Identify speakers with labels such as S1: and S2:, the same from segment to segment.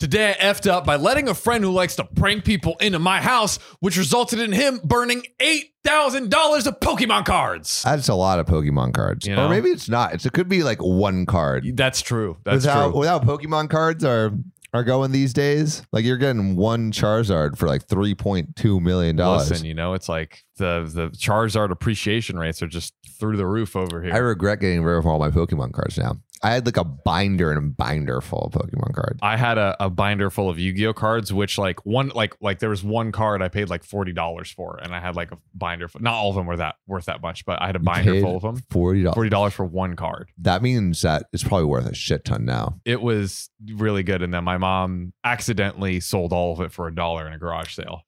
S1: Today I effed up by letting a friend who likes to prank people into my house, which resulted in him burning $8,000 of Pokemon cards.
S2: That's a lot of Pokemon cards,
S1: You know?
S2: or maybe it's not. It's, it could be like one card.
S1: That's true. That's
S2: Without
S1: true.
S2: without Pokemon cards are are going these days. Like you're getting one Charizard for like three point two million dollars.
S1: Listen, you know, it's like the, the Charizard appreciation rates are just through the roof over here.
S2: I regret getting rid of all my Pokemon cards now. I had like a binder and a binder full of Pokemon cards.
S1: I had a, a binder full of Yu-Gi-Oh cards, which like one like like there was one card I paid like forty dollars for, and I had like a binder. Full, not all of them were that worth that much, but I had a binder
S2: paid
S1: full of them.
S2: Forty dollars.
S1: Forty dollars for one card.
S2: That means that it's probably worth a shit ton now.
S1: It was really good, and then my mom accidentally sold all of it for a dollar in a garage sale.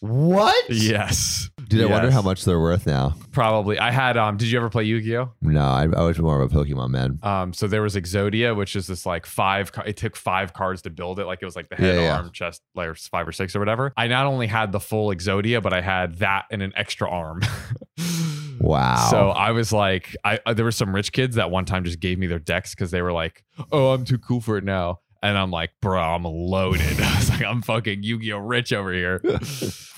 S2: What?
S1: Yes,
S2: Dude, I wonder
S1: Yes.
S2: how much they're worth now.
S1: probably. I had um. Did you ever play Yu-Gi-Oh?
S2: No, I, I was more of a Pokemon man.
S1: Um, so there was Exodia, which is this like five. ca- It took five cards to build it. Like it was like the head,
S2: Yeah, yeah.
S1: arm, chest, like or five or six or whatever. I not only had the full Exodia, but I had that and an extra arm.
S2: Wow.
S1: So I was like, I uh, there were some rich kids that one time just gave me their decks because they were like, "Oh, I'm too cool for it now," and I'm like, "Bro, I'm loaded." I was like, "I'm fucking Yu-Gi-Oh rich over here,"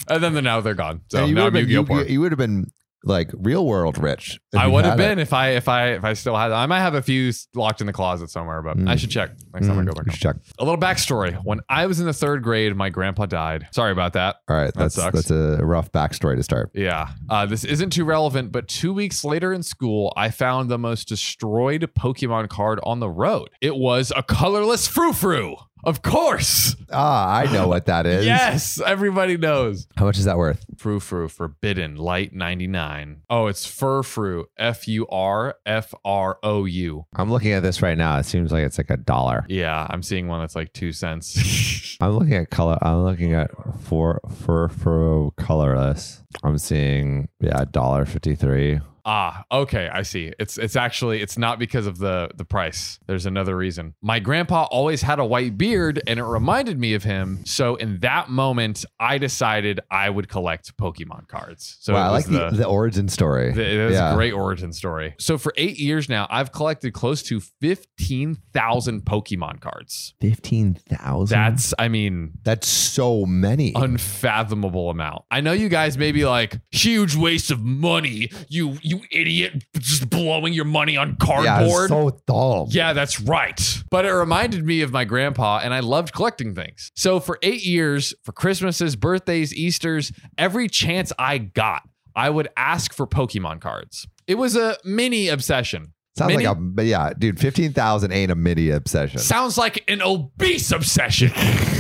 S1: and then they're, now they're gone. So
S2: And you
S1: now
S2: would
S1: I'm
S2: have been,
S1: Yu-Gi-Oh
S2: Yu-Gi-Oh!
S1: poor.
S2: you would have been like real world rich. if
S1: I
S2: you
S1: would have
S2: had it.
S1: been if I if I if I still had. I might have a few s- locked in the closet somewhere, but
S2: Mm.
S1: I should check next time I
S2: Mm,
S1: go back. Home.
S2: you should check.
S1: A little backstory: When I was in the third grade, my grandpa died. Sorry about that.
S2: All right, that's
S1: sucks.
S2: that's a rough backstory to start.
S1: Yeah, uh, this isn't too relevant, but two weeks later in school, I found the most destroyed Pokemon card on the road. It was a colorless Frou Frou. Of course,
S2: Ah, I know what that is.
S1: yes, everybody knows
S2: How much is that worth?
S1: Frou Frou Forbidden Light ninety nine. Oh, it's Fur Frou F U R F R O U.
S2: I'm looking at this right now. It seems like it's like a dollar.
S1: Yeah, I'm seeing one that's like two cents.
S2: I'm looking at color. I'm looking at four fur fro colorless. I'm seeing yeah, dollar fifty three.
S1: ah, okay, I see. It's it's actually it's not because of the the price. There's another reason. My grandpa always had a white beard and it reminded me of him. So in that moment, I decided I would collect Pokemon cards. So
S2: wow, I
S1: it
S2: like
S1: was
S2: the, the, origin story.
S1: Th- It was
S2: Yeah.
S1: a great origin story. So for eight years now, I've collected close to fifteen thousand Pokemon cards.
S2: Fifteen thousand.
S1: That's, I mean,
S2: that's so many.
S1: unfathomable amount. I know you guys may be like, huge waste of money. You you idiot, just blowing your money on
S2: yeah, it's
S1: cardboard. Yeah,
S2: so dumb.
S1: that's right. But it reminded me of my grandpa, and I loved collecting things. So for eight years, for Christmases, birthdays, Easter's, every chance I got, I would ask for Pokemon cards. It was a mini obsession.
S2: Sounds
S1: Mini-
S2: like a but yeah, dude. Fifteen thousand ain't a mini obsession.
S1: Sounds like an obese obsession.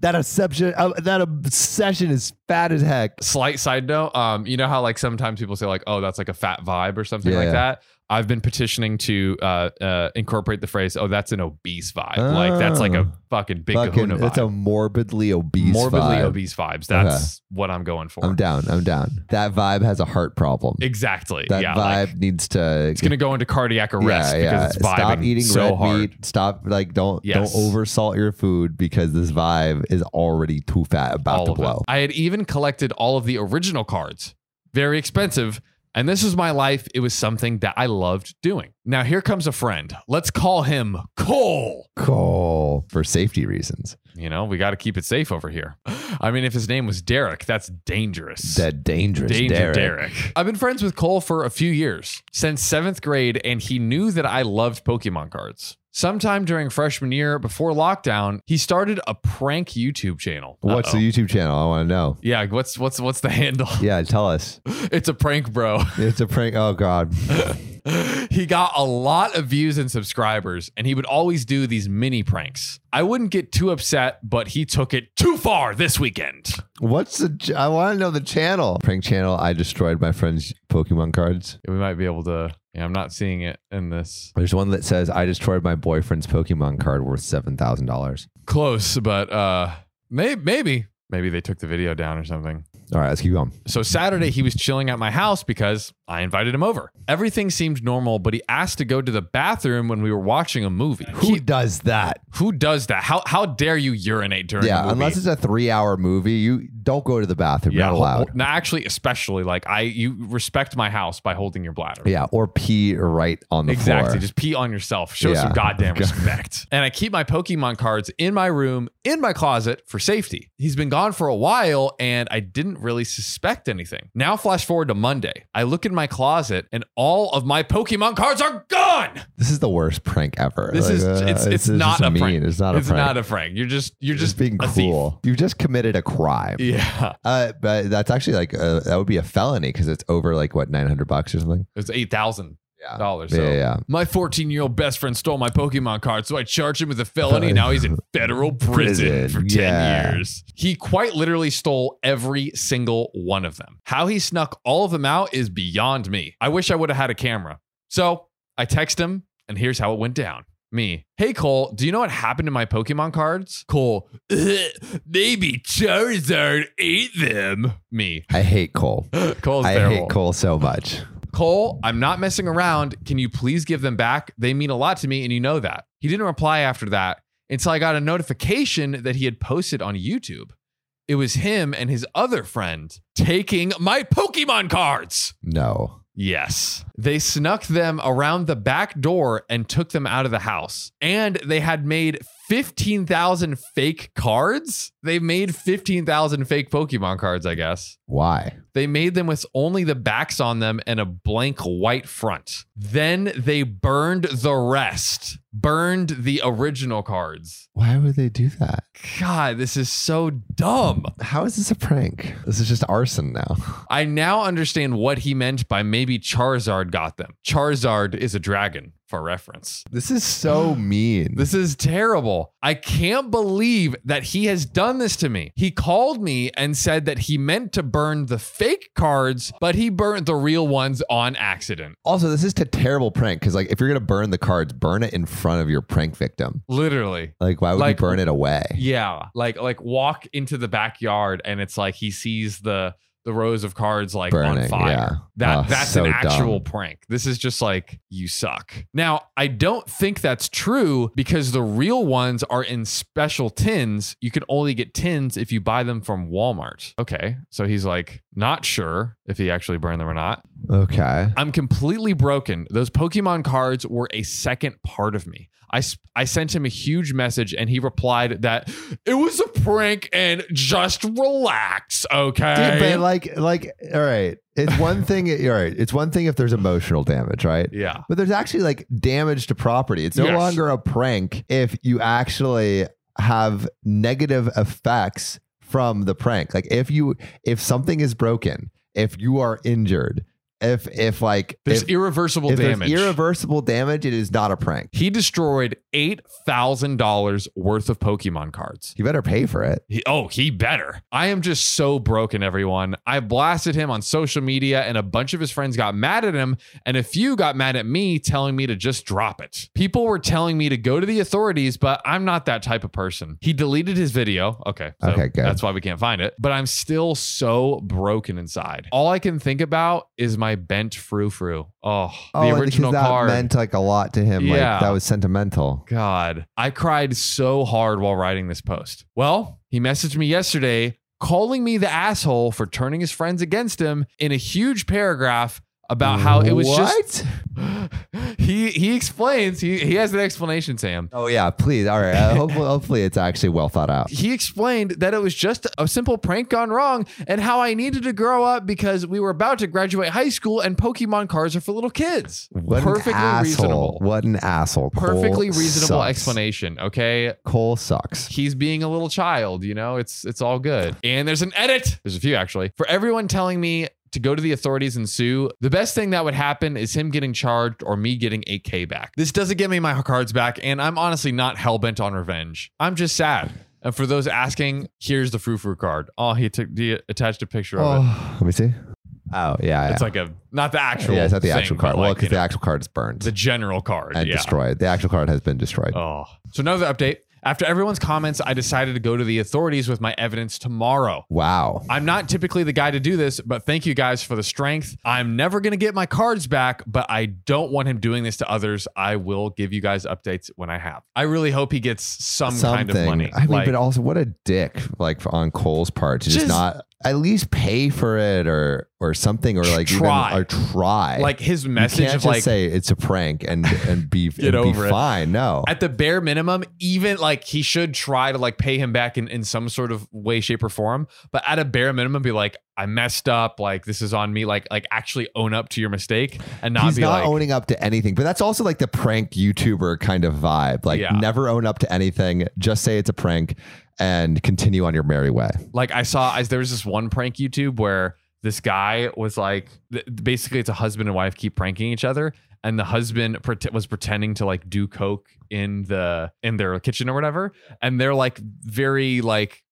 S2: that obsession, uh, that obsession is fat as heck.
S1: slight side note um you know how like sometimes people say like oh that's like a fat vibe or something
S2: Yeah.
S1: like that i've been petitioning to uh uh incorporate the phrase oh that's an obese vibe like that's like a
S2: Oh.
S1: fucking big
S2: Fucking,
S1: kahuna vibe
S2: it's a morbidly obese.
S1: morbidly
S2: vibe.
S1: obese vibes that's what i'm going for
S2: I'm down. I'm down. That vibe has a heart problem.
S1: exactly
S2: that
S1: yeah
S2: vibe
S1: like,
S2: needs to.
S1: it's gonna go into cardiac arrest because it's vibing
S2: Stop eating
S1: so
S2: red
S1: hard
S2: meat. Stop like don't
S1: Yes.
S2: don't oversalt your food because this vibe is already too fat about
S1: all
S2: to
S1: of it.
S2: blow.
S1: I had even collected all of the original cards, very expensive. And this was my life. It was something that I loved doing. Now, here comes a friend. Let's call him Cole.
S2: Cool for safety reasons.
S1: You know, we got to keep it safe over here. I mean, if his name was Derek, that's dangerous.
S2: That dangerous
S1: Danger
S2: Derek.
S1: Derek. I've been friends with Cole for a few years, since seventh grade, and he knew that I loved Pokemon cards. Sometime during freshman year, before lockdown, he started a prank YouTube channel.
S2: What's
S1: Uh-oh.
S2: the YouTube channel? I want to know.
S1: Yeah, what's what's what's the handle?
S2: Yeah, tell us.
S1: It's a prank, bro.
S2: It's a prank. Oh God.
S1: he got a lot of views and subscribers, and he would always do these mini pranks. I wouldn't get too upset, but he took it too far this weekend.
S2: What's the? ch- I want to know the channel. Prank channel. I destroyed my friend's Pokemon cards.
S1: We might be able to. Yeah, I'm not seeing it in this.
S2: There's one that says I destroyed my boyfriend's Pokemon card worth seven thousand dollars.
S1: Close, but uh, may- maybe maybe they took the video down or something.
S2: All right, let's keep going.
S1: So Saturday, he was chilling at my house because I invited him over. Everything seemed normal, but he asked to go to the bathroom when we were watching a movie.
S2: Who
S1: He-
S2: does that?
S1: Who does that? How how dare you urinate during? a
S2: yeah,
S1: movie?
S2: unless it's a three-hour movie, you don't go to the bathroom. You're not
S1: hol-
S2: allowed.
S1: hol- No, actually, especially like I, you respect my house by holding your bladder.
S2: Yeah, or pee right on the
S1: Exactly.
S2: floor.
S1: Just pee on yourself. Show
S2: Yeah.
S1: some goddamn
S2: God.
S1: respect. And I keep my Pokemon cards in my room, in my closet for safety. He's been gone for a while and I didn't really suspect anything. Now, flash forward to Monday. I look in my closet and all of my Pokemon cards are gone.
S2: This is the worst prank ever. uh,
S1: This is- it's- it's
S2: this is
S1: not
S2: just
S1: a
S2: mean.
S1: prank.
S2: It's not a
S1: it's
S2: prank.
S1: not a prank. You're just, you're
S2: It's
S1: just,
S2: being
S1: a
S2: cool. You've just committed a crime.
S1: Thief. Yeah.
S2: Uh, but that's actually like uh that would be a felony because it's over like what nine hundred bucks or something.
S1: It's $8,000. So.
S2: yeah, yeah.
S1: My 14 year old best friend stole my Pokemon card, so I charged him with a felony. and Now he's in federal prison,
S2: Prison,
S1: for 10
S2: yeah.
S1: years. He quite literally stole every single one of them. How he snuck all of them out is beyond me. I wish I would have had a camera. So I text him, and here's how it went down. Me. Hey Cole, do you know what happened to my Pokemon cards? Cole, "Ugh, maybe Charizard ate them. Me.
S2: I hate Cole.
S1: Cole's
S2: I
S1: terrible.
S2: hate Cole so much.
S1: Cole, I'm not messing around. Can you please give them back? They mean a lot to me, and you know that. He didn't reply after that until I got a notification that he had posted on YouTube. It was him and his other friend taking my Pokemon cards.
S2: No,
S1: Yes. They snuck them around the back door and took them out of the house. And they had made 15,000 fake cards. They made 15,000 fake Pokemon cards, I guess.
S2: why?
S1: They made them with only the backs on them and a blank white front. Then they burned the rest, burned the original cards.
S2: Why would they do that?
S1: God, this is so dumb.
S2: How is this a prank? This is just arson now.
S1: I now understand what he meant by maybe Charizard got them. Charizard is a dragon, for reference.
S2: This is so mean.
S1: This is terrible. I can't believe that he has done this to me. He called me and said that he meant to burn the fake cards, but he burnt the real ones on accident.
S2: also, this is a terrible prank because like if you're gonna burn the cards, burn it in front of your prank victim.
S1: Literally.
S2: Like why would
S1: Like-
S2: you burn it away?
S1: Yeah, like like walk into the backyard and it's like he sees the the rows of cards like on
S2: Burning,
S1: fire.
S2: yeah.
S1: That
S2: Oh,
S1: that's
S2: so
S1: an actual
S2: dumb.
S1: prank. This is just like you suck. Now, I don't think that's true because the real ones are in special tins. You can only get tins if you buy them from Walmart. Okay. So he's like not sure if he actually burned them or not.
S2: Okay.
S1: I'm completely broken. Those Pokemon cards were a second part of me. I, s- I sent him a huge message and he replied that it was a prank and just relax, okay?
S2: Dude, but like, like, all right. It's one thing. All right. It's one thing if there's emotional damage, right?
S1: yeah.
S2: But there's actually like damage to property. It's no
S1: Yes.
S2: longer a prank if you actually have negative effects from the prank. Like if you if something is broken, if you are injured, if if like
S1: There's
S2: if,
S1: irreversible
S2: if there's
S1: damage.
S2: irreversible damage, it is not a prank.
S1: he destroyed $8,000 worth of Pokemon cards.
S2: You better pay for it.
S1: He, oh, he better. I am just so broken, everyone. I blasted him on social media, and a bunch of his friends got mad at him, and a few got mad at me, telling me to just drop it. People were telling me to go to the authorities, but I'm not that type of person. He deleted his video. Okay. So
S2: Okay, good.
S1: That's why we can't find it. But I'm still so broken inside. All I can think about is my bent frou frou. Oh,
S2: Oh,
S1: the
S2: and
S1: original
S2: because that
S1: card.
S2: meant like a lot to him.
S1: Yeah.
S2: Like that was sentimental.
S1: God, I cried so hard while writing this post. Well, he messaged me yesterday calling me the asshole for turning his friends against him in a huge paragraph about how it was
S2: just
S1: just he he explains he he has an explanation Sam.
S2: Oh yeah, please. All right. Uh, hopefully, hopefully it's actually well thought out.
S1: He explained that it was just a simple prank gone wrong and how I needed to grow up because we were about to graduate high school and Pokemon cards are for little kids.
S2: What
S1: Perfectly
S2: an asshole.
S1: reasonable.
S2: What an asshole. Cole
S1: Perfectly reasonable
S2: sucks.
S1: explanation, okay?
S2: Cole sucks.
S1: he's being a little child you know it's it's all good and there's an edit there's a few actually for everyone telling me to go to the authorities and sue the best thing that would happen is him getting charged or me getting 8k back this doesn't get me my cards back and i'm honestly not hell-bent on revenge i'm just sad and for those asking here's the frou-frou card oh he, took he attached a picture of it
S2: Oh, let me see. Oh yeah,
S1: it's
S2: yeah.
S1: like a not the actual
S2: yeah, it's not the
S1: thing,
S2: actual
S1: but
S2: card. Well,
S1: like,
S2: because
S1: you know,
S2: the actual card is burned
S1: the general card
S2: and
S1: yeah
S2: destroyed. The actual card has been destroyed.
S1: oh so another update After everyone's comments, I decided to go to the authorities with my evidence tomorrow.
S2: Wow.
S1: I'm not typically the guy to do this, but thank you guys for the strength. I'm never going to get my cards back, but I don't want him doing this to others. I will give you guys updates when I have. I really hope he gets some kind of money.
S2: I mean,
S1: Like,
S2: but also what a dick like on Cole's part to just,
S1: Just-
S2: not at least pay for it or or something or like
S1: Try.
S2: even or try.
S1: like his
S2: you
S1: message
S2: can't
S1: of
S2: just
S1: like
S2: say it's a prank and and be
S1: Get
S2: and
S1: over
S2: be
S1: it.
S2: fine. No.
S1: at the bare minimum, even like he should try to like pay him back in, in some sort of way, shape, or form. But at a bare minimum, be like, I messed up. Like this is on me. Like like actually own up to your mistake and not
S2: He's
S1: be
S2: not
S1: like
S2: owning up to anything, but that's also like the prank YouTuber kind of vibe. Like,
S1: Yeah.
S2: never own up to anything. Just say it's a prank and continue on your merry way.
S1: like I saw I, there was this one prank YouTube where this guy was like th- basically it's a husband and wife keep pranking each other and the husband pret- was pretending to like do coke in the in their kitchen or whatever and they're like very like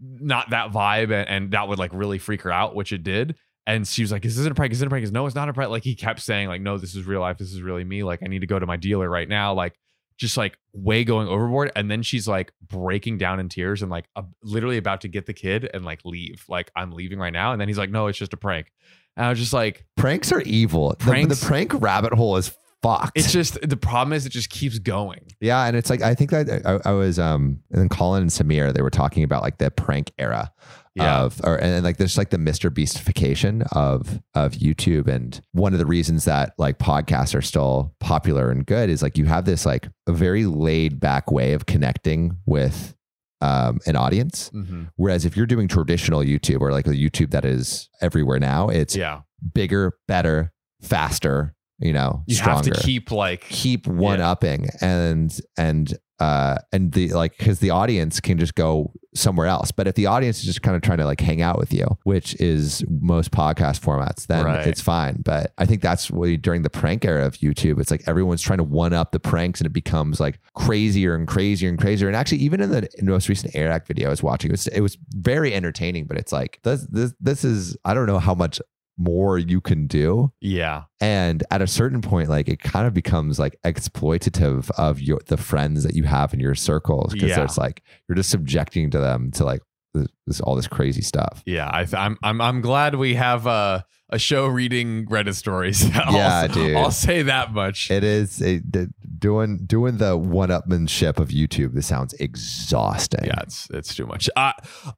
S1: not that vibe and, and that would like really freak her out which it did and she was like is this a prank is it a prank is no it's not a prank like he kept saying like no this is real life this is really me like i need to go to my dealer right now like just like way going overboard and then she's like breaking down in tears and like ab- literally about to get the kid and like leave like i'm leaving right now and then he's like no it's just a prank and i was just like
S2: Pranks are evil. The- The,
S1: Pranks-
S2: prank rabbit hole is fucked.
S1: it's just the problem is it just keeps going
S2: Yeah, and it's like I think that I, I was um and then Colin and Samir they were talking about like the prank era
S1: Yeah.
S2: of or and, and, like there's like the Mr. Beastification of of YouTube and one of the reasons that like podcasts are still popular and good is like you have this like a very laid back way of connecting with um an audience.
S1: Mm-hmm.
S2: Whereas if you're doing traditional YouTube or like a YouTube that is everywhere now, it's
S1: yeah
S2: bigger, better, faster, you know,
S1: you
S2: stronger
S1: have to keep like
S2: keep one upping and and uh and the like because the audience can just go somewhere else but if the audience is just kind of trying to like hang out with you which is most podcast formats then
S1: Right.
S2: it's fine but i think that's what during the prank era of youtube it's like everyone's trying to one up the pranks and it becomes like crazier and crazier and crazier and actually even in the most recent air act video i was watching it was, it was very entertaining but it's like this this this is i don't know how much more you can do
S1: yeah
S2: and at a certain point like it kind of becomes like exploitative of your the friends that you have in your circles because
S1: Yeah.
S2: it's like you're just subjecting to them to like this, this all this crazy stuff
S1: yeah I, th- i'm i'm i'm glad we have a a show reading reddit stories I'll-
S2: Yeah, dude.
S1: i'll say that much
S2: it is it, the- doing doing the one-upmanship of youtube this sounds exhausting
S1: Yeah, it's it's too much. I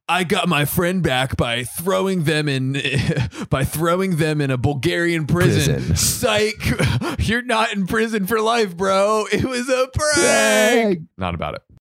S1: I got my friend back by throwing them in by throwing them in a Bulgarian prison.
S2: Prison.
S1: Psych, you're not in prison for life, bro. It was a prank.
S2: Yay!
S1: Not about it.